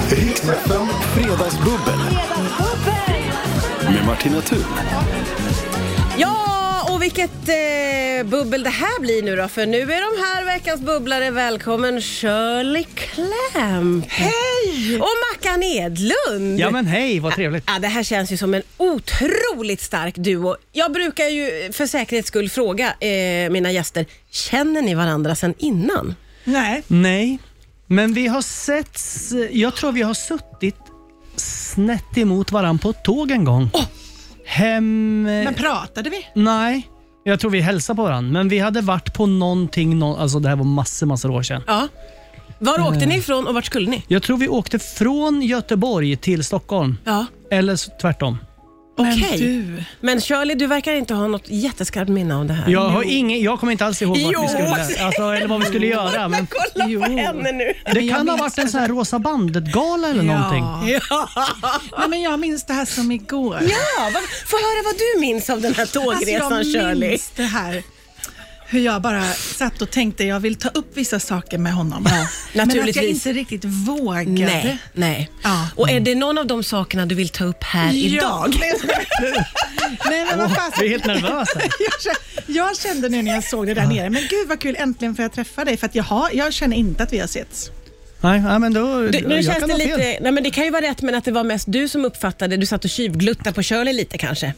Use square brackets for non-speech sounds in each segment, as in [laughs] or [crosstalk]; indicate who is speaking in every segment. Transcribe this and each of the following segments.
Speaker 1: FM Fredagsbubbel med Martina Thun.
Speaker 2: Ja, och vilket eh, bubbel det här blir nu då. För nu är de här veckans bubblare. Välkommen Shirley Clamp. Hej! Och Mackan Edlund.
Speaker 3: Ja men hej, vad trevligt.
Speaker 2: Ja, det här känns ju som en otroligt stark duo. Jag brukar ju för säkerhets skull fråga eh, mina gäster, känner ni varandra sedan innan?
Speaker 4: Nej.
Speaker 3: Nej, men vi har sett, jag tror vi har suttit snett emot varandra på ett tåg en gång. Hem...
Speaker 4: Men pratade vi?
Speaker 3: Nej, jag tror vi hälsade på varandra. Men vi hade varit på någonting, nå- alltså det här var massor, massor år sedan.
Speaker 2: Ja. Var åkte
Speaker 3: Mm.
Speaker 2: ni ifrån och vart skulle ni?
Speaker 3: Jag tror vi åkte från Göteborg till Stockholm.
Speaker 2: Ja.
Speaker 3: Eller s- tvärtom.
Speaker 2: Okej.
Speaker 4: Men du.
Speaker 2: Men Shirley, du verkar inte ha något jätteskarpt minne av det här.
Speaker 3: Jag, har ingen, jag kommer inte alls ihåg vart
Speaker 2: Jo.
Speaker 3: vi skulle, alltså, eller vad vi skulle göra. Men
Speaker 2: Kolla
Speaker 4: Jo.
Speaker 2: på henne nu!
Speaker 3: det
Speaker 4: jag
Speaker 3: kan ha
Speaker 4: minns
Speaker 3: varit en sån här Rosa bandet-gala eller någonting.
Speaker 4: [laughs] Nej, men jag minns det här som igår.
Speaker 2: Ja, vad, få höra vad du minns av den här
Speaker 4: Alltså,
Speaker 2: tågresan
Speaker 4: jag
Speaker 2: Shirley.
Speaker 4: minns det här. Hur jag bara satt och tänkte jag vill ta upp vissa saker med honom. Men att jag
Speaker 2: naturligtvis.
Speaker 4: inte riktigt vågade.
Speaker 2: Nej, nej.
Speaker 4: Ja.
Speaker 2: Och är det någon av de sakerna du vill ta upp här idag?
Speaker 4: Nej, men vad fan,
Speaker 3: Vi är helt nervösa.
Speaker 4: [laughs] jag, kände, jag kände nu när jag såg det där nere, men gud vad kul, äntligen får jag träffa dig. För att jag, har, jag känner inte att vi har setts.
Speaker 3: Nej, nej, men då...
Speaker 2: Du, nu
Speaker 3: jag
Speaker 2: känns
Speaker 3: kan
Speaker 2: det
Speaker 3: ha fel.
Speaker 2: lite, nej men det kan ju vara rätt men att det var mest du som uppfattade, du satt och tjuvgluttade på Shirley lite kanske.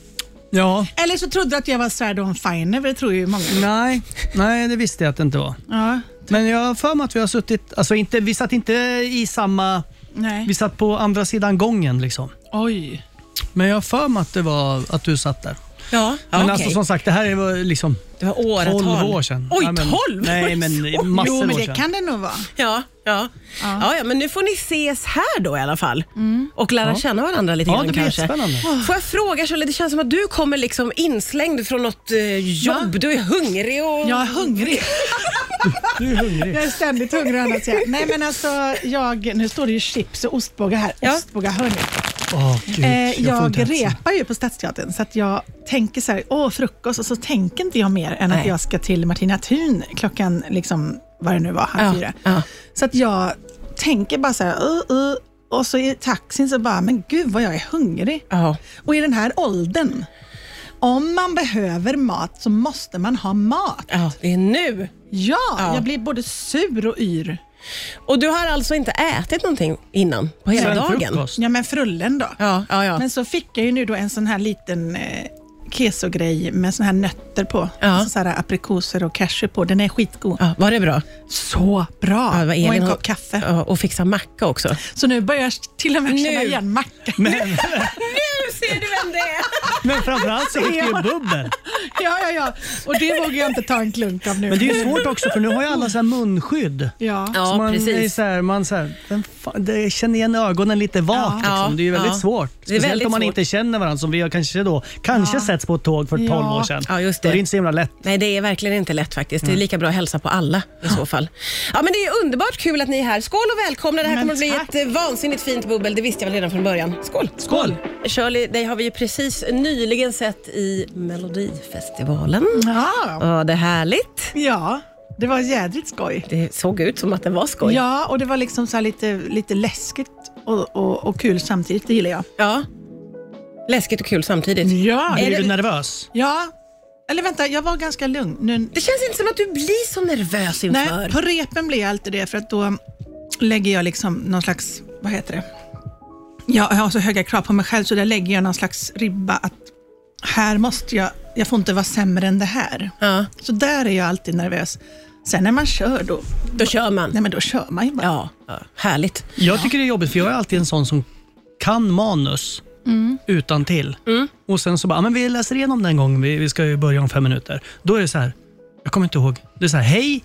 Speaker 3: Ja,
Speaker 4: Eller så trodde du att jag var Svärd och en Finer, för det tror ju många.
Speaker 3: nej, nej, det visste jag att det inte var.
Speaker 4: Ja,
Speaker 3: Men jag har för mig att vi har suttit, alltså inte, vi satt inte i samma,
Speaker 4: nej.
Speaker 3: vi satt på andra sidan gången liksom.
Speaker 4: Oj.
Speaker 3: Men jag har för mig att det var att du satt där.
Speaker 2: Ja,
Speaker 3: Men
Speaker 2: okej.
Speaker 3: alltså som sagt, det här är väl liksom
Speaker 2: det var åratal.
Speaker 3: 12 år sedan.
Speaker 2: Oj,
Speaker 3: Nej, men-
Speaker 2: 12
Speaker 3: Nej, men massor
Speaker 4: Jo, men
Speaker 3: år
Speaker 4: det
Speaker 3: sedan.
Speaker 4: kan det nog vara.
Speaker 2: Ja, ja. Ja. ja, men nu får ni ses här då i alla fall och lära känna varandra lite
Speaker 3: Mm. Ja,
Speaker 2: grann
Speaker 3: det blir
Speaker 2: kanske.
Speaker 3: jättespännande.
Speaker 2: Får jag fråga Shirley, det känns som att du kommer liksom inslängd från något eh, jobb. Du är hungrig och...
Speaker 4: Jag är hungrig.
Speaker 3: [laughs] Du är hungrig.
Speaker 4: Jag är ständigt hungrig annars. ja. Nej men alltså, jag, nu står det ju chips och ostbågar här.
Speaker 2: Ja.
Speaker 4: Ostbågar, hörni.
Speaker 3: Åh, Gud,
Speaker 4: Eh,
Speaker 3: får inte ens-
Speaker 4: jag repar ju på Stadsteatern så att jag tänker så här, åh frukost, och så tänker inte jag mer än att
Speaker 2: Nej.
Speaker 4: jag ska till Martina Thun klockan, liksom, vad det nu var, halv
Speaker 2: Ja,
Speaker 4: fyra.
Speaker 2: ja.
Speaker 4: Så att jag tänker bara så här, uh, uh, och så i taxin så bara, men gud vad jag är hungrig.
Speaker 2: Ja.
Speaker 4: Och i den här åldern, om man behöver mat så måste man ha mat.
Speaker 2: ja, det är nu.
Speaker 4: Ja,
Speaker 2: Ja.
Speaker 4: jag blir både sur och yr.
Speaker 2: Och du har alltså inte ätit någonting innan på hela
Speaker 3: Sen
Speaker 2: dagen?
Speaker 3: frukost.
Speaker 4: Ja, men frullen då.
Speaker 2: Ja, ja, ja.
Speaker 4: Men så fick jag ju nu då en sån här liten eh, keso-grej med sån här nötter på.
Speaker 2: Ja.
Speaker 4: Alltså Så här aprikoser och cashew på. Den är skitgod.
Speaker 2: ja var det bra?
Speaker 4: Så bra!
Speaker 2: Ja, det var
Speaker 4: och
Speaker 2: Elin
Speaker 4: en
Speaker 2: och-
Speaker 4: kopp kaffe.
Speaker 2: Ja, och fixa macka också.
Speaker 4: Så nu börjar jag till och med känna
Speaker 2: Nu.
Speaker 4: igen mackan.
Speaker 3: Men,
Speaker 2: Nu ser du vem det är!
Speaker 3: men framförallt så fick vi ju bubbel.
Speaker 4: [laughs] Ja, ja, ja. Och det vågar jag inte ta en klunk av nu.
Speaker 3: Men det är ju svårt också för nu har ju alla så här munskydd.
Speaker 4: Ja.
Speaker 2: Ja,
Speaker 3: så man Är
Speaker 2: precis.
Speaker 3: så här, man så här, vem fan, det känner igen ögonen lite vagt.
Speaker 2: Ja,
Speaker 3: Liksom. Det är ju väldigt
Speaker 2: ja.
Speaker 3: svårt.
Speaker 2: Det är
Speaker 3: Speciellt
Speaker 2: väldigt
Speaker 3: om man
Speaker 2: svårt.
Speaker 3: inte känner varandra som vi har kanske då kanske setts på ett tåg för 12
Speaker 4: Ja.
Speaker 3: år sedan.
Speaker 2: Ja, just
Speaker 3: Då är
Speaker 2: det.
Speaker 3: det inte så himla lätt.
Speaker 2: [laughs] Nej, det är verkligen inte lätt faktiskt. Det är lika bra att hälsa på alla i så fall. Ja, men det är underbart kul att ni är här. Skål och välkomna. Det här
Speaker 4: Men
Speaker 2: kommer att bli
Speaker 4: tack.
Speaker 2: ett eh, vansinnigt fint bubbel. Det visste jag väl redan från början. Skål!
Speaker 3: Skål!
Speaker 2: Shirley, dig har vi ju precis nyligen sett i Melodifestivalen.
Speaker 4: Ja.
Speaker 2: Ja, det är härligt.
Speaker 4: ja, det var jädrigt skoj.
Speaker 2: Det såg ut som att det var skoj.
Speaker 4: Ja, och det var liksom så här lite, lite läskigt och, och, och kul samtidigt. Det gillar jag.
Speaker 2: Ja. Läskigt och kul samtidigt.
Speaker 3: Mm.
Speaker 4: Ja,
Speaker 3: Blir
Speaker 2: det-
Speaker 3: du nervös?
Speaker 4: ja. Eller vänta, jag var ganska lugn. Nu,
Speaker 2: Det känns inte som att du blir så nervös
Speaker 4: Nej,
Speaker 2: inför.
Speaker 4: på repen blir jag alltid det för att då lägger jag liksom någon slags, vad heter det? Jag har så höga krav på mig själv så där lägger jag någon slags ribba att här måste jag, jag får inte vara sämre än det här.
Speaker 2: ja,
Speaker 4: Så där är jag alltid nervös. Sen när man kör då,
Speaker 2: då kör man.
Speaker 4: nej men då kör man ju bara.
Speaker 2: Ja, ja. härligt.
Speaker 3: Jag tycker det är jobbigt för jag är alltid en sån som kan manus utan till.
Speaker 2: Mm.
Speaker 3: Och sen så bara, "Ja, men vi läser igenom den gången, vi, vi ska ju börja om fem minuter. Då är det så här, jag kommer inte ihåg. Det är så här, hej!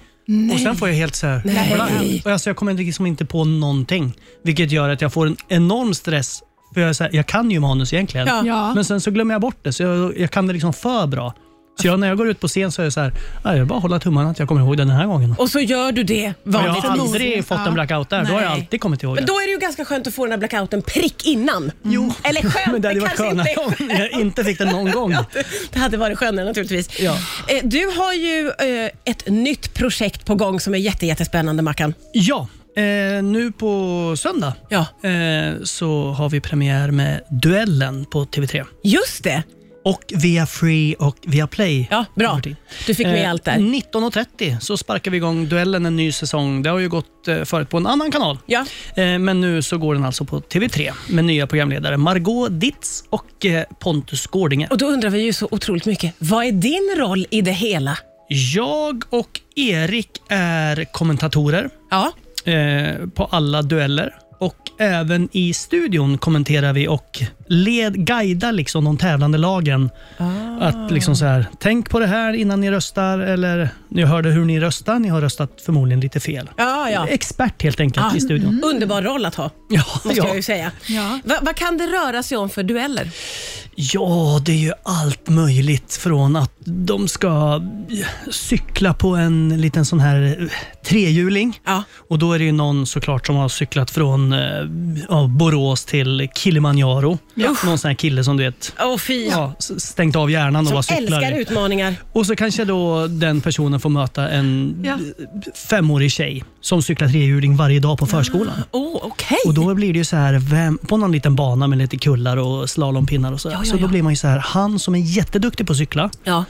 Speaker 3: Och sen får jag helt så här,
Speaker 2: Nej.
Speaker 3: blank. Och alltså jag kommer liksom inte på någonting. Vilket gör att jag får en enorm stress. För jag, är så här, jag kan ju manus egentligen.
Speaker 2: Ja.
Speaker 4: Ja.
Speaker 3: Men sen så glömmer jag bort det, så jag, jag kan det liksom för bra. Så jag, när jag går ut på scen så är det så här, "Ja, jag bara hålla tummarna att jag kommer ihåg den här gången.
Speaker 2: Och så gör du det
Speaker 3: Men jag
Speaker 2: vanligtvis.
Speaker 3: har aldrig fått en blackout där, då har jag
Speaker 2: Nej.
Speaker 3: alltid kommit ihåg
Speaker 2: Men
Speaker 3: det.
Speaker 2: då är det ju ganska skönt att få den här blackouten prick innan. Jo. Eller skönt,
Speaker 3: Mm. [laughs] Men det hade varit
Speaker 2: kanske
Speaker 3: skönare
Speaker 2: inte är
Speaker 3: om jag inte fick den någon gång.
Speaker 2: [laughs] Det hade varit skönare naturligtvis.
Speaker 3: Ja.
Speaker 2: Eh, Du har ju eh, ett nytt projekt på gång som är jätte, jättespännande Mackan.
Speaker 3: Ja, Eh, nu på söndag
Speaker 2: Ja.
Speaker 3: eh, så har vi premiär med Duellen på TV3.
Speaker 2: Just det.
Speaker 3: Och via Free och via Play.
Speaker 2: Ja, bra.
Speaker 3: över tid.
Speaker 2: Du fick med
Speaker 3: Eh,
Speaker 2: allt där.
Speaker 3: 19.30 så sparkar vi igång Duellen, en ny säsong. Det har ju gått eh, förut på en annan kanal.
Speaker 2: Ja.
Speaker 3: Eh, Men nu så går den alltså på TV3 med nya programledare Margot Ditz och eh, Pontus Gårdinge.
Speaker 2: Och då undrar vi ju så otroligt mycket, vad är din roll i det hela?
Speaker 3: Jag och Erik är kommentatorer
Speaker 2: Ja.
Speaker 3: eh, på alla dueller och även i studion kommenterar vi och led, guidar liksom de tävlande lagen. Att liksom så här, tänk på det här innan ni röstar eller ni hörde hur ni röstar, ni har röstat förmodligen lite fel.
Speaker 2: Ja, ja. Mm.
Speaker 3: Expert helt enkelt i studion.
Speaker 2: Underbar roll att ha,
Speaker 3: Ja,
Speaker 2: måste
Speaker 3: Mm. ja.
Speaker 2: jag ju säga.
Speaker 4: Ja.
Speaker 2: Va, vad kan det röra sig om för dueller?
Speaker 3: Ja, det är ju allt möjligt från att de ska cykla på en liten sån här eh, trehjuling.
Speaker 2: Ja.
Speaker 3: Och då är det ju någon såklart som har cyklat från eh, ja, Borås till Kilimanjaro. Någon sån här kille som du vet
Speaker 2: Åh fy,
Speaker 3: ja, s- stängt av hjärnan och bara
Speaker 2: som
Speaker 3: cyklar.
Speaker 2: älskar utmaningar.
Speaker 3: Och så kanske då den personen får möta en
Speaker 4: Ja.
Speaker 3: femårig tjej som cyklar trehjuling varje dag på förskolan.
Speaker 2: Åh, oh, okej.
Speaker 3: Och då blir det ju så här, vem, på någon liten bana med lite kullar och slalompinnar och så.
Speaker 2: ja,
Speaker 3: Så då
Speaker 2: ja.
Speaker 3: blir man ju så här, han som är jätteduktig på att cykla,
Speaker 2: Ja.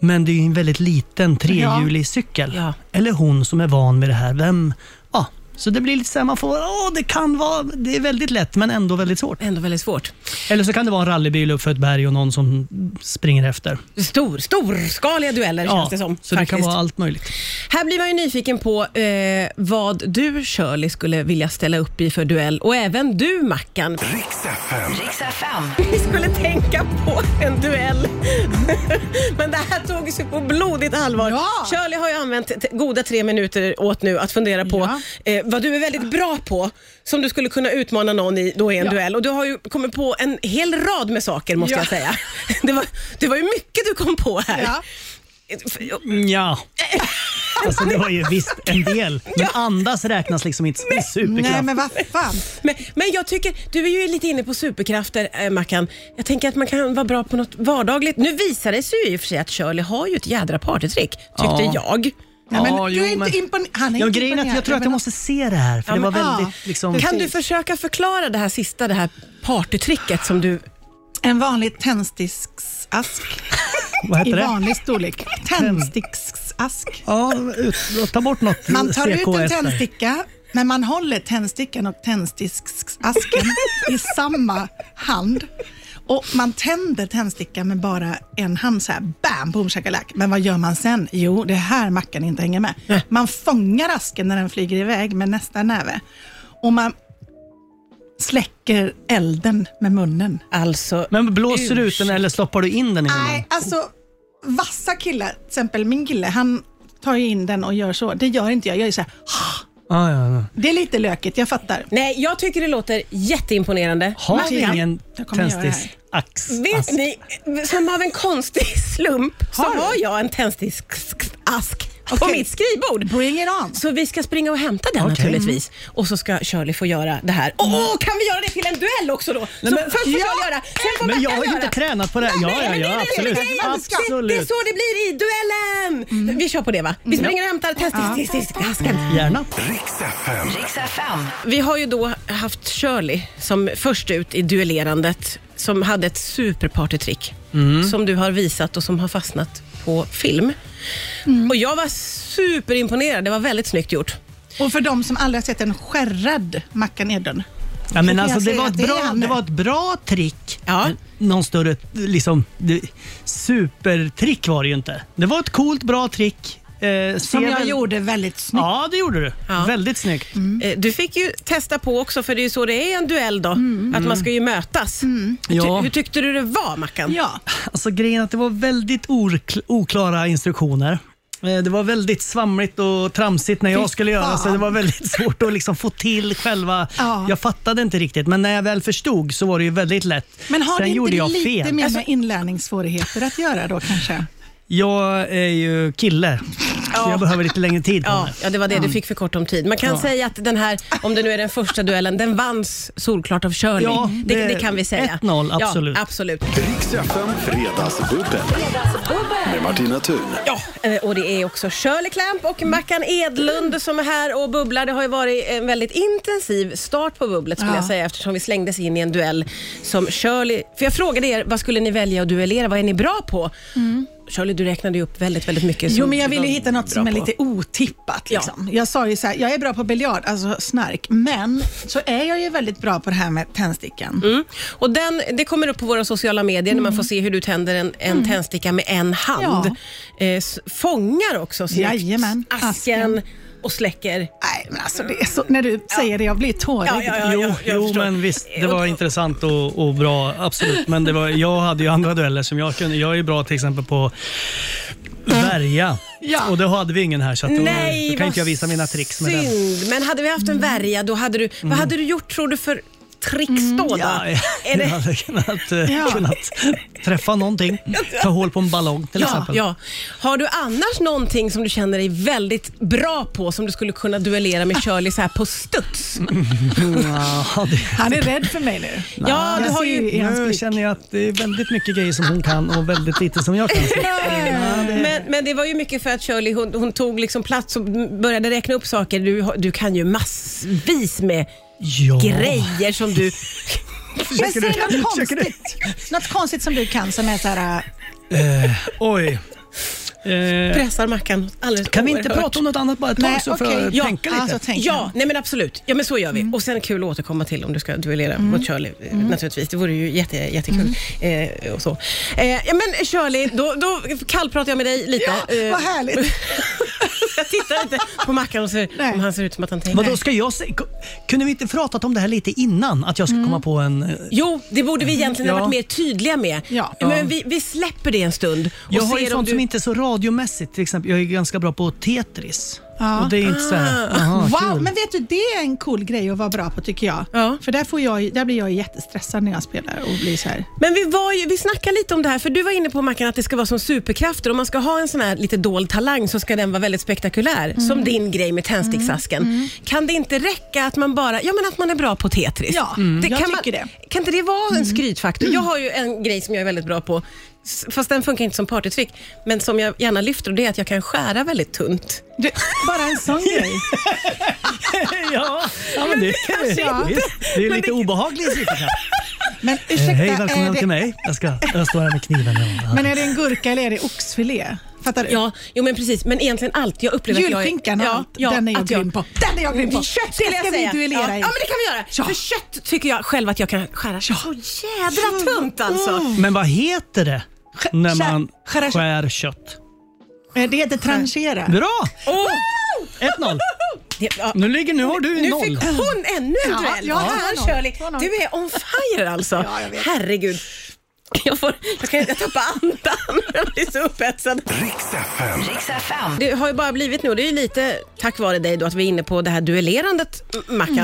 Speaker 3: men det är ju en väldigt liten trehjulig cykel.
Speaker 2: Ja.
Speaker 3: Eller hon som är van vid det här, vem, ja. Så det blir lite så här, man får, åh det kan vara, det är väldigt lätt men ändå väldigt svårt.
Speaker 2: Ändå väldigt svårt.
Speaker 3: Eller så kan det vara en rallybil uppför ett berg och någon som springer efter.
Speaker 2: Stor, storskaliga dueller känns det som.
Speaker 3: så det
Speaker 2: faktiskt.
Speaker 3: kan vara allt möjligt.
Speaker 2: Här blir man ju nyfiken på eh, vad du Shirley skulle vilja ställa upp i för duell och även du Mackan.
Speaker 1: Riks FM.
Speaker 5: Riks FM.
Speaker 2: Vi skulle tänka på en duell. [laughs] Men det här tog sig på blodigt allvar.
Speaker 4: Ja.
Speaker 2: Shirley har ju använt t- goda tre minuter åt nu att fundera på eh, vad du är väldigt bra på som du skulle kunna utmana någon i då i en
Speaker 4: Ja.
Speaker 2: duell. Och du har ju kommit på en hel rad med saker måste
Speaker 4: Ja.
Speaker 2: jag säga. [laughs] Det var, det var ju mycket du kom på här.
Speaker 4: Ja.
Speaker 2: F-
Speaker 3: Mm,
Speaker 4: [laughs]
Speaker 3: Ja. Alltså det var ju visst en del, men andas räknas liksom inte som en superkraft.
Speaker 4: Nej, men vad fan.
Speaker 2: Men, men jag tycker, du är ju lite inne på superkrafter eh, Mackan. Jag tänker att man kan vara bra på något vardagligt. Nu visar det sig ju i och för sig att Shirley har ju ett jädra partytrick, tyckte
Speaker 3: Ja.
Speaker 2: jag.
Speaker 4: Nej, men
Speaker 3: Ja,
Speaker 4: du
Speaker 3: jo,
Speaker 4: är
Speaker 3: men-
Speaker 4: inte impon- Han är
Speaker 3: Ja,
Speaker 4: inte
Speaker 3: grejen är att jag tror att jag måste se det här, för
Speaker 2: Ja,
Speaker 3: det var
Speaker 2: men-
Speaker 4: ja.
Speaker 3: väldigt liksom...
Speaker 2: Kan du försöka förklara det här sista, det här partytricket som du...
Speaker 4: En vanlig tändsticksask
Speaker 3: Vad
Speaker 4: i
Speaker 3: heter det?
Speaker 4: vanlig storlek. Tändsticksask.
Speaker 3: Ja, ut, ta bort något
Speaker 4: Man tar ut en
Speaker 3: CKS där.
Speaker 4: tändsticka, men man håller tändstickan och tändsticksasken i samma hand. Och man tänder tändstickan med bara en hand så här, bam, boom shakalak. Men vad gör man sen? Jo, det är här Mackan inte hänger med. Man fångar asken när den flyger iväg med nästa näve. Och man släcker elden med munnen.
Speaker 2: Alltså,
Speaker 3: Men blåser du ut den eller stoppar du in den i munnen?
Speaker 4: Nej, alltså vassa killar, till exempel min kille, han tar ju in den och gör så. Det gör inte jag. Jag är så här,
Speaker 3: Ah, ja, ja.
Speaker 4: det är lite lökigt, jag fattar.
Speaker 2: nej, jag tycker det låter jätteimponerande.
Speaker 3: Har vi
Speaker 4: Martin,
Speaker 3: ingen
Speaker 4: jag kommer göra det här.
Speaker 3: tändsticksax?
Speaker 2: Vet
Speaker 3: ask?
Speaker 2: ni, som av en konstig [laughs] slump så
Speaker 4: Har du?
Speaker 2: har jag en tändsticksask på
Speaker 4: Okej.
Speaker 2: mitt skrivbord.
Speaker 4: Bring it on.
Speaker 2: Så vi ska springa och hämta den
Speaker 3: Okej. Mm.
Speaker 2: naturligtvis. Och så ska Shirley få göra det här. Åh, kan vi göra det till en duell också då? så
Speaker 3: men-
Speaker 2: först får
Speaker 3: Ja.
Speaker 2: jag göra, sen får
Speaker 3: Men jag har
Speaker 2: Mackan
Speaker 3: ju
Speaker 2: göra.
Speaker 3: inte tränat på det. Ja,
Speaker 2: Nej,
Speaker 3: ja,
Speaker 2: men det är
Speaker 3: ja,
Speaker 2: det
Speaker 3: absolut.
Speaker 2: Det, det, är det, det är
Speaker 3: Absolut. Mm.
Speaker 2: så det blir i duellen. Vi kör på det va? Vi springer och hämtar tändsticksasken.
Speaker 3: Gärna.
Speaker 1: Riks FM.
Speaker 5: Riks FM.
Speaker 2: Vi har ju då haft Shirley som först ut i duellerandet som hade ett superpartytrick
Speaker 3: Mm.
Speaker 2: som du har visat och som har fastnat på film.
Speaker 3: Mm.
Speaker 2: Och jag var superimponerad. Det var väldigt snyggt gjort.
Speaker 4: Och för de som aldrig har sett en skärrad Mackan Edlund.
Speaker 3: Ja, men
Speaker 4: Jag
Speaker 3: alltså, det,
Speaker 4: säger
Speaker 3: var ett
Speaker 4: att det är
Speaker 3: bra,
Speaker 4: han.
Speaker 3: det var ett bra trick.
Speaker 2: Ja.
Speaker 3: Men Någon större liksom, det- supertrick var det ju inte. Det var ett coolt, bra trick. Eh,
Speaker 4: Som
Speaker 3: ser
Speaker 4: jag
Speaker 3: väl-
Speaker 4: gjorde väldigt snyggt.
Speaker 3: Ja, det gjorde du.
Speaker 2: Ja.
Speaker 3: Väldigt snyggt.
Speaker 2: Eh, Du fick ju testa på också, för det är ju så det är i en duell då. Att man ska ju mötas. Hur, ty-
Speaker 3: Ja.
Speaker 2: hur tyckte du det var Mackan?
Speaker 4: Ja.
Speaker 3: Alltså grejen är att det var väldigt orkl- oklara instruktioner. Eh, Det var väldigt svamligt och tramsigt när jag
Speaker 4: Fy
Speaker 3: skulle göra så
Speaker 4: fan.
Speaker 3: det var väldigt [laughs] svårt att liksom få till själva...
Speaker 4: Ja.
Speaker 3: Jag fattade inte riktigt men när jag väl förstod så var det ju väldigt lätt.
Speaker 4: Men har
Speaker 3: Sen
Speaker 4: det
Speaker 3: gjorde
Speaker 4: inte
Speaker 3: jag
Speaker 4: lite
Speaker 3: fel.
Speaker 4: mer
Speaker 2: Alltså-
Speaker 4: med inlärningssvårigheter att göra då kanske?
Speaker 3: Jag är ju kille Så jag behöver lite längre tid på
Speaker 2: Ja,
Speaker 3: mig.
Speaker 2: ja, det var det. Du fick för kort om tid. Man kan
Speaker 3: Ja.
Speaker 2: säga att den här, om det nu är den första duellen, den vanns solklart av Shirley.
Speaker 3: Ja,
Speaker 2: det,
Speaker 3: det-
Speaker 2: det, kan vi säga.
Speaker 3: 1-0,
Speaker 2: Ja,
Speaker 3: absolut.
Speaker 2: absolut.
Speaker 1: Riks FM Fredagsbubbel. Med Martina Thun.
Speaker 2: Ja, eh, och det är också Shirley Clamp och Mackan Edlund som är här och bubblar. Det har ju varit en väldigt intensiv start på bubblet skulle
Speaker 4: Ja.
Speaker 2: jag säga eftersom vi slängdes in i en duell som Shirley... För jag frågade er, vad skulle ni välja att duellera? Vad är ni bra på? Shirley, du räknade ju upp väldigt, väldigt mycket.
Speaker 4: Mm. Jo,
Speaker 2: som
Speaker 4: men jag
Speaker 2: du
Speaker 4: ville
Speaker 2: var
Speaker 4: hitta något
Speaker 2: bra
Speaker 4: som är
Speaker 2: på.
Speaker 4: lite otippat.
Speaker 2: Ja.
Speaker 4: Liksom. Jag sa ju så här, jag är bra på biljard, alltså snark, men så är jag ju väldigt bra på det här med tändstickan.
Speaker 2: Mm. Och den, det kommer upp på våra sociala medier när man
Speaker 4: Mm.
Speaker 2: får se hur du tänder en, en tändsticka med en hand. Eh, s- fångar också snyggt
Speaker 4: Jajamän.
Speaker 2: asken,
Speaker 4: Asken.
Speaker 2: och släcker.
Speaker 4: Nej, men alltså det är så, när du säger det, jag blir tårögd.
Speaker 2: Ja, ja, ja.
Speaker 3: Jo,
Speaker 2: jag
Speaker 3: jo
Speaker 2: förstår.
Speaker 3: men visst. Det var intressant och, och bra, absolut. Men det var, jag hade ju andra dueller som jag kunde. Jag är ju bra till exempel på värja.
Speaker 4: Ja.
Speaker 3: Och det hade vi ingen här, så att då,
Speaker 2: Nej,
Speaker 3: då kan
Speaker 2: vad
Speaker 3: inte jag visa mina tricks med den. Mm.
Speaker 2: synd. Men hade vi haft en värja, då hade du, vad hade du gjort tror du för tricks då? då?
Speaker 3: Ja,
Speaker 2: Är
Speaker 3: jag
Speaker 2: det,
Speaker 3: [laughs] hade kunnat, eh,
Speaker 4: Ja.
Speaker 3: kunnat träffa någonting. Ta hål på en ballong till
Speaker 2: ja,
Speaker 3: exempel.
Speaker 2: ja. Har du annars någonting som du känner dig väldigt bra på som du skulle kunna duellera med Shirley så här på studs?
Speaker 3: Mm. Ja, det,
Speaker 4: Han är rädd för mig nu.
Speaker 2: Ja, du
Speaker 4: jag
Speaker 2: har
Speaker 4: ser
Speaker 2: ju...
Speaker 4: i hans
Speaker 3: nu
Speaker 4: blick.
Speaker 3: känner jag att det är väldigt mycket grejer som hon kan och väldigt lite
Speaker 2: [laughs]
Speaker 3: som jag kan.
Speaker 2: Men, men det var ju mycket för att Shirley hon, hon tog liksom plats och började räkna upp saker. Du, har- du kan ju massvis med
Speaker 3: Ja.
Speaker 2: grejer som
Speaker 3: [laughs]
Speaker 2: du...
Speaker 4: Men säg något
Speaker 3: försöker du-
Speaker 4: konstigt. Något konstigt som du kan som är så här... äh,
Speaker 3: Oj. Eh,
Speaker 2: Pressar Mackan alldeles
Speaker 3: Kan vi inte
Speaker 2: oerhört.
Speaker 3: prata om något annat bara ett tag
Speaker 4: Nej,
Speaker 3: så får
Speaker 4: okej.
Speaker 3: jag
Speaker 4: Ja,
Speaker 3: tänka lite?
Speaker 4: alltså, tänk.
Speaker 2: Ja, nej men absolut. Ja, men så gör vi.
Speaker 4: Mm.
Speaker 2: Och sen kul att återkomma till om du ska duellera mot Shirley. eh, Naturligtvis. Det vore ju jätte, jättekul.
Speaker 4: Mm.
Speaker 2: Eh, och så. Eh, ja, men Shirley, då, då kallpratar jag med dig lite. Eh,
Speaker 4: Ja, vad härligt.
Speaker 2: [laughs] jag tittar inte på Mackan och ser
Speaker 4: Nej.
Speaker 2: om han ser ut som att han tänker.
Speaker 3: Vadå, ska jag se- Kunde vi inte pratat om det här lite innan? Att jag ska
Speaker 4: Mm.
Speaker 3: komma på en... eh,
Speaker 2: Jo, det borde vi egentligen ha
Speaker 3: Ja.
Speaker 2: varit mer tydliga med.
Speaker 4: Ja.
Speaker 2: Men vi, vi släpper det en stund. Och
Speaker 3: Jag har ju
Speaker 2: ser om
Speaker 3: sånt
Speaker 2: du-
Speaker 3: som inte är så radiomässigt. Till exempel, jag är ganska bra på Tetris.
Speaker 4: Ja.
Speaker 3: Och det är inte så här, aha,
Speaker 4: Wow,
Speaker 3: Ah, kul.
Speaker 4: men vet du, det är en cool grej att vara bra på tycker jag.
Speaker 2: Ja.
Speaker 4: För där, får jag, ju- där blir jag ju jättestressad när jag spelar och blir så här...
Speaker 2: Men vi, var ju, vi snackade lite om det här, för du var inne på Mackan att det ska vara som superkrafter. Om man ska ha en sån här lite dold talang så ska den vara väldigt spektakulär.
Speaker 4: Mm.
Speaker 2: Som din grej med tändsticksasken. Kan det inte räcka att man bara, ja men att man är bra på Tetris?
Speaker 4: Ja, Mm. jag
Speaker 2: kan
Speaker 4: tycker Mm.
Speaker 2: man, Kan inte det vara en skrytfaktor? Jag har ju en grej som jag är väldigt bra på, s- fast den funkar inte som partytrick, men som jag gärna lyfter och det är att jag kan skära väldigt tunt.
Speaker 4: Du, bara en sån grej.
Speaker 3: [laughs] ja, ja, men det,
Speaker 4: kanske
Speaker 3: ja.
Speaker 4: inte-
Speaker 3: visst. det är lite obehagligt.
Speaker 4: [laughs] Men ursäkta,
Speaker 3: Eh, hej,
Speaker 4: är
Speaker 3: välkommen
Speaker 4: det,
Speaker 3: till mig. Jag, ska, jag står här med kniven. Ja.
Speaker 4: [laughs] men är det en gurka eller är det oxfilé? Fattar du?
Speaker 2: Ja, jo men precis. Men egentligen allt. Jag upplever att jag är...
Speaker 4: Julskinkan och
Speaker 2: ja,
Speaker 4: allt, den är jag
Speaker 2: att jag-
Speaker 4: grym på. Den är jag grym på.
Speaker 2: Kött
Speaker 4: Det
Speaker 2: skulle
Speaker 4: ska
Speaker 2: jag
Speaker 4: vi
Speaker 2: säga.
Speaker 4: duellera
Speaker 2: ja.
Speaker 4: i.
Speaker 2: ja, men det kan vi göra.
Speaker 4: Ja.
Speaker 2: För kött tycker jag själv att jag kan skära så
Speaker 4: Mm.
Speaker 2: jädra tunt alltså.
Speaker 3: Men vad heter det
Speaker 4: Sk-
Speaker 3: när
Speaker 4: skär-
Speaker 3: man
Speaker 4: skära kött.
Speaker 3: skär kött?
Speaker 4: Eh, Det heter tranchera.
Speaker 3: Bra!
Speaker 2: Åh!
Speaker 3: 1-0.
Speaker 2: Det, ja.
Speaker 3: Nu, ligger, nu har du
Speaker 2: Nu
Speaker 3: noll.
Speaker 2: fick hon ännu en
Speaker 4: Ja,
Speaker 2: duell. Ja,
Speaker 4: ja, det var
Speaker 2: här
Speaker 4: någon.
Speaker 2: Shirley,
Speaker 4: Det var någon.
Speaker 2: du är on fire alltså.
Speaker 4: Ja, jag vet.
Speaker 2: Herregud. Jag, får, jag, kan, jag tappar andan, [laughs] jag blir så upphetsad.
Speaker 1: Riks FM.
Speaker 2: Det har ju bara blivit nu, och det är ju lite tack vare dig då att vi är inne på det här duellerandet M- Mackan.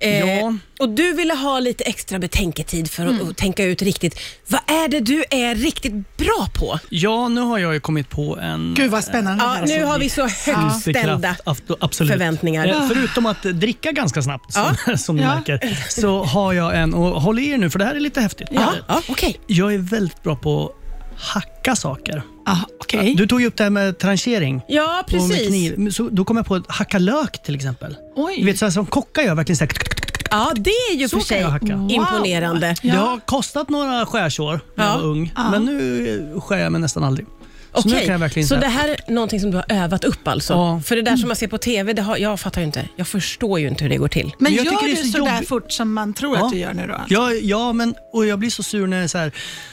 Speaker 3: Mm.
Speaker 2: Eh,
Speaker 3: Ja. Mm.
Speaker 2: Och du ville ha lite extra betänketid för att att tänka ut riktigt, vad är det du är riktigt bra på?
Speaker 3: Ja, nu har jag ju kommit på en...
Speaker 4: Gud vad spännande.
Speaker 2: Ja,
Speaker 4: det här
Speaker 2: nu
Speaker 4: är.
Speaker 2: har vi så högt ställda.
Speaker 3: Superkraft, ab- absolut.
Speaker 2: förväntningar.
Speaker 3: Eh, Förutom att dricka ganska snabbt, som, som ni
Speaker 4: Ja.
Speaker 3: märker, så har jag en, och håll i er nu för det här är lite häftigt.
Speaker 2: Ja, ja, okej.
Speaker 3: Jag är väldigt bra på att hacka saker.
Speaker 4: Ah, Okej.
Speaker 3: Du tog ju upp det här med tranchering.
Speaker 2: Ja,
Speaker 3: Och med
Speaker 2: precis.
Speaker 3: kniv. Men Så då kom jag på att hacka lök till exempel.
Speaker 4: Oj.
Speaker 3: Du vet, så här, som kockar gör verkligen så här,
Speaker 2: Ja, det är ju
Speaker 3: Så
Speaker 2: för
Speaker 3: kan
Speaker 2: sig
Speaker 3: jag hacka.
Speaker 2: imponerande.
Speaker 3: Det har kostat några skärsår när
Speaker 2: Ja.
Speaker 3: jag var ung, men nu eh, skär jag mig nästan aldrig. Så nu
Speaker 2: Okej,
Speaker 3: kan jag verkligen
Speaker 2: så
Speaker 3: här-
Speaker 2: det här är någonting som du har övat upp alltså?
Speaker 3: Ja. Mm.
Speaker 2: För det där som man ser på TV, det har, jag fattar ju inte. Jag förstår ju inte hur det går till.
Speaker 4: Men
Speaker 3: Jag
Speaker 4: gör
Speaker 3: tycker det är
Speaker 4: du
Speaker 3: så
Speaker 4: så där
Speaker 3: jobbigt.
Speaker 4: fort som man tror att du gör nu då?
Speaker 3: Ja, ja men, och jag blir så sur när det är så här,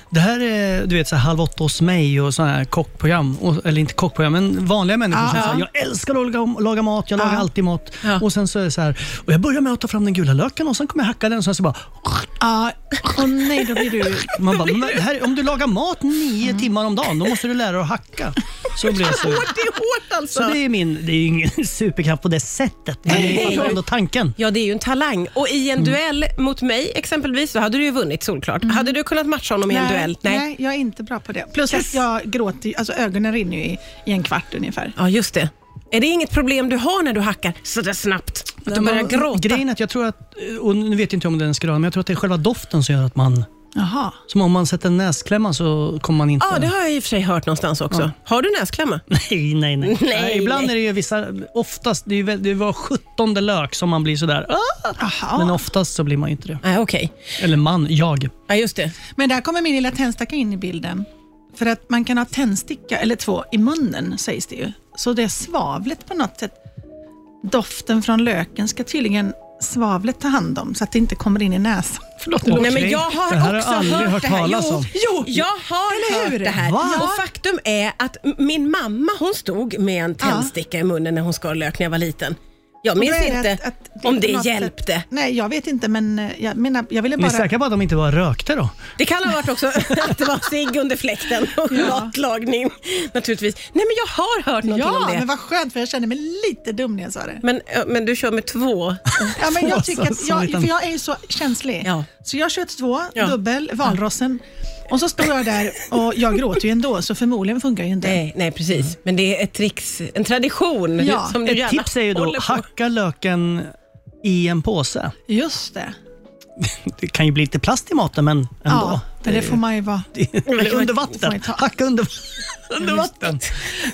Speaker 3: det här är du vet, så här, Halv åtta hos mig och sådana här kockprogram. Och, eller inte kockprogram, men vanliga människor som
Speaker 4: Ja.
Speaker 3: säger jag älskar att laga, laga mat, jag lagar alltid mat.
Speaker 2: Ja. [laughs]
Speaker 3: Och sen så är det så här, och jag börjar med att ta fram den gula löken och sen kommer jag hacka den och sen så bara
Speaker 4: Ja, och nej, då blir du...
Speaker 3: Man bara, men här, om du lagar mat nio timmar om dagen, då måste du lära dig att hacka. Så
Speaker 2: [laughs]
Speaker 3: blir jag sur.
Speaker 2: Det är hårt alltså.
Speaker 3: Så det är min, det är ju ingen [laughs] superkraft på det sättet, men jag fattar ändå tanken.
Speaker 2: Ja, det är ju en talang. Och i en duell mot mig exempelvis, så hade du ju vunnit solklart. Hade du kunnat matcha honom i en duell?
Speaker 4: Nej. jag är inte bra på det. Plus att jag gråter, ju- alltså ögonen rinner ju i, i en kvart ungefär.
Speaker 2: Ja, just det. Är det inget problem du har när du hackar sådär snabbt? Att du börjar gråta?
Speaker 3: Grejen är att jag tror att, och nu vet jag inte om det är en skral, men jag tror att det är själva doften som gör att man,
Speaker 4: Jaha.
Speaker 3: som om man sätter en näsklämma så kommer man inte...
Speaker 2: Ja, det har jag i och för sig hört någonstans också. Har du näsklämma?
Speaker 3: [laughs] Nej, nej, nej.
Speaker 2: Nej,
Speaker 3: nej ibland
Speaker 2: nej.
Speaker 3: är det ju vissa, oftast, det, är ju, väl- det var sjuttonde lök som man blir sådär. Ah!
Speaker 4: Aha.
Speaker 3: Men
Speaker 4: Men,
Speaker 3: oftast så blir man ju inte det.
Speaker 2: Nej, okej.
Speaker 3: Eller man, jag.
Speaker 2: Ja, just det.
Speaker 4: där kommer min lilla tändsticka in i bilden. För att man kan ha tändsticka, eller två, i munnen sägs det ju. Så det är svavlet på något sätt. Doften från löken ska tydligen svavlet ta hand om så att det inte kommer in i näsan. Förlåt, det
Speaker 3: Och-
Speaker 4: låter-
Speaker 2: Nej, men jag har
Speaker 3: Det här har jag
Speaker 2: också
Speaker 3: aldrig
Speaker 2: hört,
Speaker 3: hört
Speaker 2: det här.
Speaker 3: talas om.
Speaker 2: Jo, jag har
Speaker 4: Eller
Speaker 2: hört
Speaker 4: hur?
Speaker 2: det här.
Speaker 3: Va?
Speaker 2: Och faktum är att m- min mamma hon stod med en tändsticka i munnen när hon skar lök när jag var liten. Jag minns
Speaker 4: Då är
Speaker 2: inte
Speaker 4: att- att
Speaker 2: om det
Speaker 4: på något
Speaker 2: hjälpte.
Speaker 4: Sätt, nej, jag vet inte, men eh, jag, menar, jag ville
Speaker 3: Ni är
Speaker 4: bara...
Speaker 3: säkra på att de inte bara rökte då?
Speaker 2: Det kan ha varit också [laughs] att det var cigg under fläkten och matlagning naturligtvis. Nej men jag har hört någonting
Speaker 4: Ja,
Speaker 2: om det.
Speaker 4: men
Speaker 2: Men,
Speaker 4: vad skönt, för jag kände mig lite dum när jag sa [laughs] det.
Speaker 2: men, ö, men du kör med två.
Speaker 4: Ja, men
Speaker 3: Två,
Speaker 4: jag, tycker
Speaker 3: så-
Speaker 4: att
Speaker 3: så
Speaker 4: jag,
Speaker 3: liten.
Speaker 4: för jag är ju så känslig.
Speaker 2: Ja.
Speaker 4: Så jag köpte två,
Speaker 2: Ja.
Speaker 4: dubbel, valrossen. Och så står jag där och jag gråter ju ändå, så förmodligen funkar ju inte.
Speaker 2: Nej, nej precis. Men det är ett tricks, en tradition
Speaker 4: Ja.
Speaker 2: som du
Speaker 3: Ett
Speaker 2: gärna
Speaker 3: tips är ju då,
Speaker 2: håller på.
Speaker 3: hacka löken i en påse.
Speaker 4: Just det.
Speaker 3: Det kan ju bli lite plast i maten, men ändå.
Speaker 4: Ja, men det får man ju vara.
Speaker 3: Eller [laughs] under
Speaker 4: Får man
Speaker 3: vatten.
Speaker 4: ta-
Speaker 3: Hacka under, [laughs] under vatten.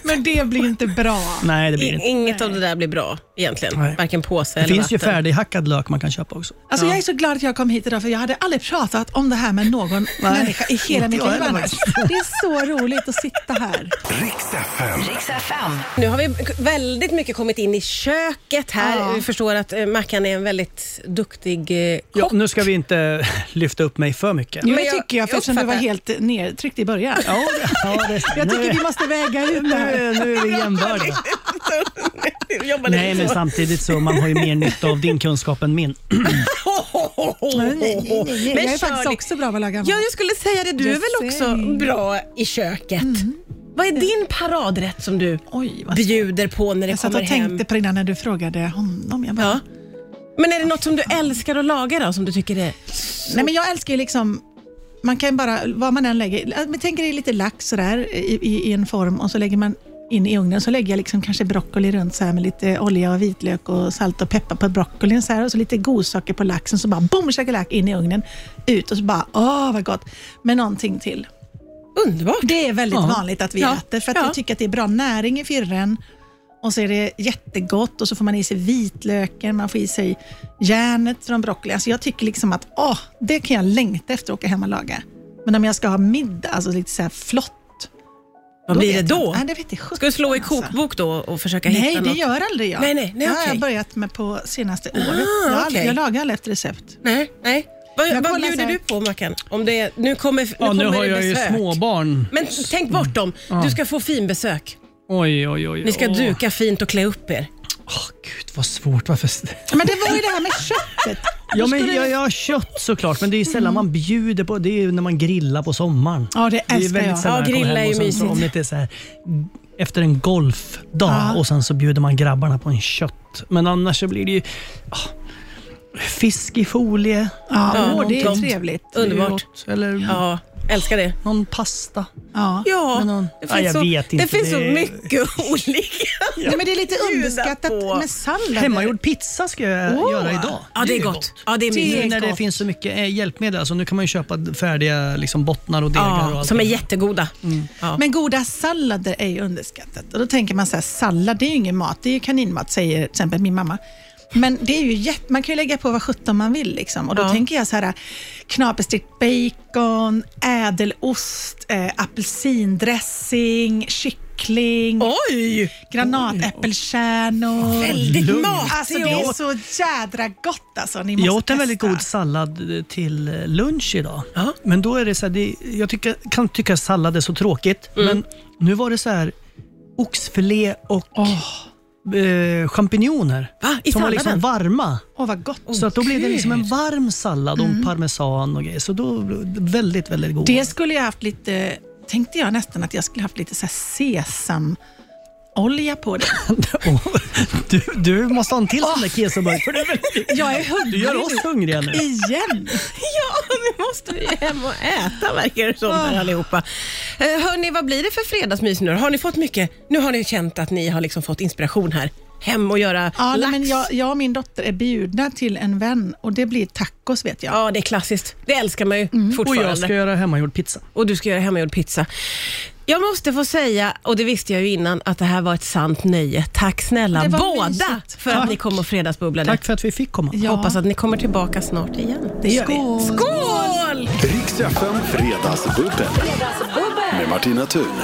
Speaker 4: Men det blir inte bra.
Speaker 3: Nej, det blir det
Speaker 2: I-
Speaker 3: inte.
Speaker 2: Inget av det där blir bra egentligen.
Speaker 3: Nej.
Speaker 2: Varken påse
Speaker 3: Det
Speaker 2: eller
Speaker 3: finns ju
Speaker 2: vatten.
Speaker 3: färdighackad lök man kan köpa också.
Speaker 4: Alltså, Jag är så glad att jag kom hit idag, för jag hade aldrig pratat om det här med [laughs] någon människa i hela
Speaker 3: inte
Speaker 4: mitt
Speaker 3: jag
Speaker 4: liv
Speaker 3: heller
Speaker 4: annars. Det är så roligt att sitta här.
Speaker 1: Riks FM.
Speaker 5: Riks FM.
Speaker 2: Nu har vi k- väldigt mycket kommit in i köket här.
Speaker 4: Ja.
Speaker 2: Vi förstår att eh, Mackan är en väldigt duktig eh, kock.
Speaker 3: Ja, nu ska vi inte [laughs] lyfta upp mig för mycket.
Speaker 4: [laughs] Jo,
Speaker 2: Men
Speaker 4: det
Speaker 2: jag-
Speaker 4: tycker jag, för
Speaker 2: jag
Speaker 4: eftersom du var
Speaker 2: uppfattar.
Speaker 4: helt nedtryckt i början.
Speaker 3: Ja, det- ja, det,
Speaker 2: [laughs]
Speaker 4: Jag
Speaker 3: nu,
Speaker 4: tycker vi måste väga ut det här.
Speaker 3: nu, nu är vi jämbördiga.
Speaker 2: Du jobbar lite
Speaker 3: Nej, men [laughs]
Speaker 2: så.
Speaker 3: samtidigt så man har ju mer nytta av din kunskap än min.
Speaker 4: [laughs] Nej, nej, nej, nej.
Speaker 2: Men
Speaker 4: Jag
Speaker 2: Shirley-
Speaker 4: är faktiskt också bra på att laga
Speaker 2: Ja,
Speaker 4: mat.
Speaker 2: jag skulle säga det. Du
Speaker 4: Jag
Speaker 2: är väl också
Speaker 4: ser.
Speaker 2: bra i köket? Vad är din paradrätt som du
Speaker 4: Oj, vad
Speaker 2: bjuder på när det
Speaker 4: Jag satt
Speaker 2: kommer
Speaker 4: och
Speaker 2: hem?
Speaker 4: tänkte på det innan när du frågade honom. Jag bara,
Speaker 2: Ja. Men är det något som du älskar att laga då, som du tycker är...
Speaker 4: Nej, men jag älskar ju liksom, man kan ju bara, vad man än lägger, äh, men tänk dig lite lax sådär i, i, i en form och så lägger man in i ugnen, så lägger jag liksom kanske broccoli runt så här med lite olja och vitlök och salt och peppar på broccolin så här och så lite godsaker på laxen så bara boom shakalak in i ugnen, ut och så bara åh vad gott med någonting till.
Speaker 2: Underbart!
Speaker 4: Det är väldigt
Speaker 3: Ja.
Speaker 4: vanligt att vi
Speaker 2: Ja.
Speaker 4: äter för att
Speaker 2: Ja.
Speaker 4: vi tycker att det är bra näring i firren och så är det jättegott och så får man i sig vitlöken, man får i sig järnet från broccoli. Alltså jag tycker liksom att åh, det kan jag längta efter att åka hem och laga. Men om jag ska ha middag, alltså lite så här flott.
Speaker 2: Vad blir det
Speaker 4: vet jag
Speaker 2: då?
Speaker 4: inte. Nej, det vet jag sjutton,
Speaker 2: Ska du slå i
Speaker 4: Äh, alltså.
Speaker 2: kokbok då och försöka
Speaker 4: Nej,
Speaker 2: hitta
Speaker 4: det
Speaker 2: något?
Speaker 4: gör aldrig jag.
Speaker 2: Nej, nej, nej,
Speaker 4: det har
Speaker 2: okej. Ah,
Speaker 4: jag börjat med på senaste året. jag, har aldrig,
Speaker 2: okej.
Speaker 4: jag lagar aldrig efter recept.
Speaker 2: Nej, nej. Vad,
Speaker 4: Jag
Speaker 2: vad
Speaker 4: kollar
Speaker 2: bjuder
Speaker 4: så här.
Speaker 2: du på Mackan? Om det är, nu kommer, nu
Speaker 3: Ja, nu
Speaker 2: kommer
Speaker 3: har
Speaker 2: det
Speaker 3: jag ju
Speaker 2: besök.
Speaker 3: småbarn.
Speaker 2: Men tänk bort dem. Du ska få finbesök.
Speaker 3: Oj, oj, oj.
Speaker 2: Ni ska
Speaker 3: åh.
Speaker 2: duka fint och klä upp er.
Speaker 3: Åh, Gud, vad svårt. Varför?
Speaker 4: Men det var ju det här med köttet.
Speaker 3: Ja, men jag, jag har kött såklart, men det är ju
Speaker 2: Mm.
Speaker 3: sällan man bjuder på. Det är ju när man grillar på sommaren.
Speaker 4: Ja, det
Speaker 3: är
Speaker 4: älskar jag.
Speaker 2: Ja,
Speaker 3: sällan kommer
Speaker 2: grilla
Speaker 3: hem
Speaker 2: är ju
Speaker 3: och sen så-
Speaker 2: mysigt.
Speaker 3: Om det inte är så här, efter en golfdag
Speaker 4: Ja.
Speaker 3: och sen så bjuder man grabbarna på en kött. Men annars så blir det ju ah, fisk i folie.
Speaker 4: Ja,
Speaker 2: Ja,
Speaker 4: åh, det är
Speaker 2: gott.
Speaker 4: trevligt.
Speaker 3: Det är ju
Speaker 2: Underbart.
Speaker 3: gott. Eller
Speaker 2: Ja, älskar det.
Speaker 3: någon pasta.
Speaker 4: Ja.
Speaker 2: Ja,
Speaker 3: Men någon-
Speaker 2: det
Speaker 3: Ja,
Speaker 2: finns,
Speaker 3: jag
Speaker 2: så,
Speaker 3: vet
Speaker 2: det
Speaker 3: inte,
Speaker 2: finns så
Speaker 3: det-
Speaker 2: mycket olika.
Speaker 4: Nej, men det är lite
Speaker 2: Bjuda
Speaker 4: underskattat
Speaker 2: på.
Speaker 4: med sallad.
Speaker 3: Hemmagjord pizza ska jag
Speaker 4: Åh.
Speaker 3: göra idag.
Speaker 2: Ja, det är
Speaker 3: ju
Speaker 2: gott. Ja, det är
Speaker 4: Det
Speaker 3: Nu
Speaker 2: mysigt.
Speaker 4: är
Speaker 3: när det
Speaker 4: gott.
Speaker 3: finns så mycket eh, hjälpmedel, alltså nu kan man ju köpa färdiga liksom, bottnar och degar. och
Speaker 2: Ja,
Speaker 3: allt.
Speaker 2: som är jättegoda. Ja.
Speaker 4: Men goda sallader är ju underskattat. Och då tänker man så här, sallad det är ju ingen mat, det är ju kaninmat, säger till exempel min mamma. Men det är ju jätte, man kan ju lägga på vad sjutton man vill. Liksom. Och då
Speaker 2: Ja.
Speaker 4: tänker jag så här, knaperstekt bacon, ädelost, eh, apelsindressing, kyckling,
Speaker 2: Oj!
Speaker 4: granatäppelkärnor.
Speaker 2: Väldigt
Speaker 3: Lugn.
Speaker 4: Alltså
Speaker 2: matig
Speaker 4: det är
Speaker 2: och-
Speaker 4: så jädra gott alltså. Ni måste
Speaker 3: Jag åt en väldigt
Speaker 4: testa.
Speaker 3: god sallad eh, till eh, lunch idag.
Speaker 2: Ja.
Speaker 3: Men då är det så här, det, jag tycker, kan tycka sallad är så tråkigt, men nu var det så här oxfilé och eh, champinjoner.
Speaker 2: Va? I
Speaker 3: som var
Speaker 2: salladen?
Speaker 3: liksom varma.
Speaker 4: Åh, vad gott.
Speaker 3: så att då blev det liksom en varm sallad och parmesan och grejer. Så då blev det väldigt, väldigt [laughs] god.
Speaker 4: Det skulle jag haft lite, tänkte jag nästan att jag skulle haft lite så här sesamolja
Speaker 2: [laughs]
Speaker 4: på det.
Speaker 3: du, du måste ha en till sån där kesoburk. för du är väldigt-
Speaker 4: Jag är hungrig
Speaker 3: Du gör oss hungriga nu.
Speaker 4: igen.
Speaker 2: Ja, nu måste vi hem och äta verkar det som här allihopa. Eh, hörni, vad blir det för fredagsmys nu då? Har ni fått mycket? Nu har ni känt att ni har liksom fått inspiration här. Hem och göra
Speaker 4: Ja, nej,
Speaker 2: lax.
Speaker 4: men jag, jag och min dotter är bjudna till en vän och det blir tacos vet jag.
Speaker 2: Ja, det är klassiskt. Det älskar man ju
Speaker 3: Och
Speaker 2: fortfarande.
Speaker 3: jag ska göra hemmagjord pizza.
Speaker 2: och du ska göra hemmagjord pizza. Jag måste få säga, och det visste jag ju innan, att det här var ett sant nöje. Tack snälla
Speaker 4: Det var
Speaker 2: båda
Speaker 4: mysigt.
Speaker 2: för att ni kom och fredagsbubblade.
Speaker 3: Tack för att vi fick komma.
Speaker 4: Ja,
Speaker 2: Hoppas att ni kommer tillbaka snart igen.
Speaker 4: det gör vi.
Speaker 2: Skål!
Speaker 1: Riks-FM Fredagsbubbel med Martina Thun.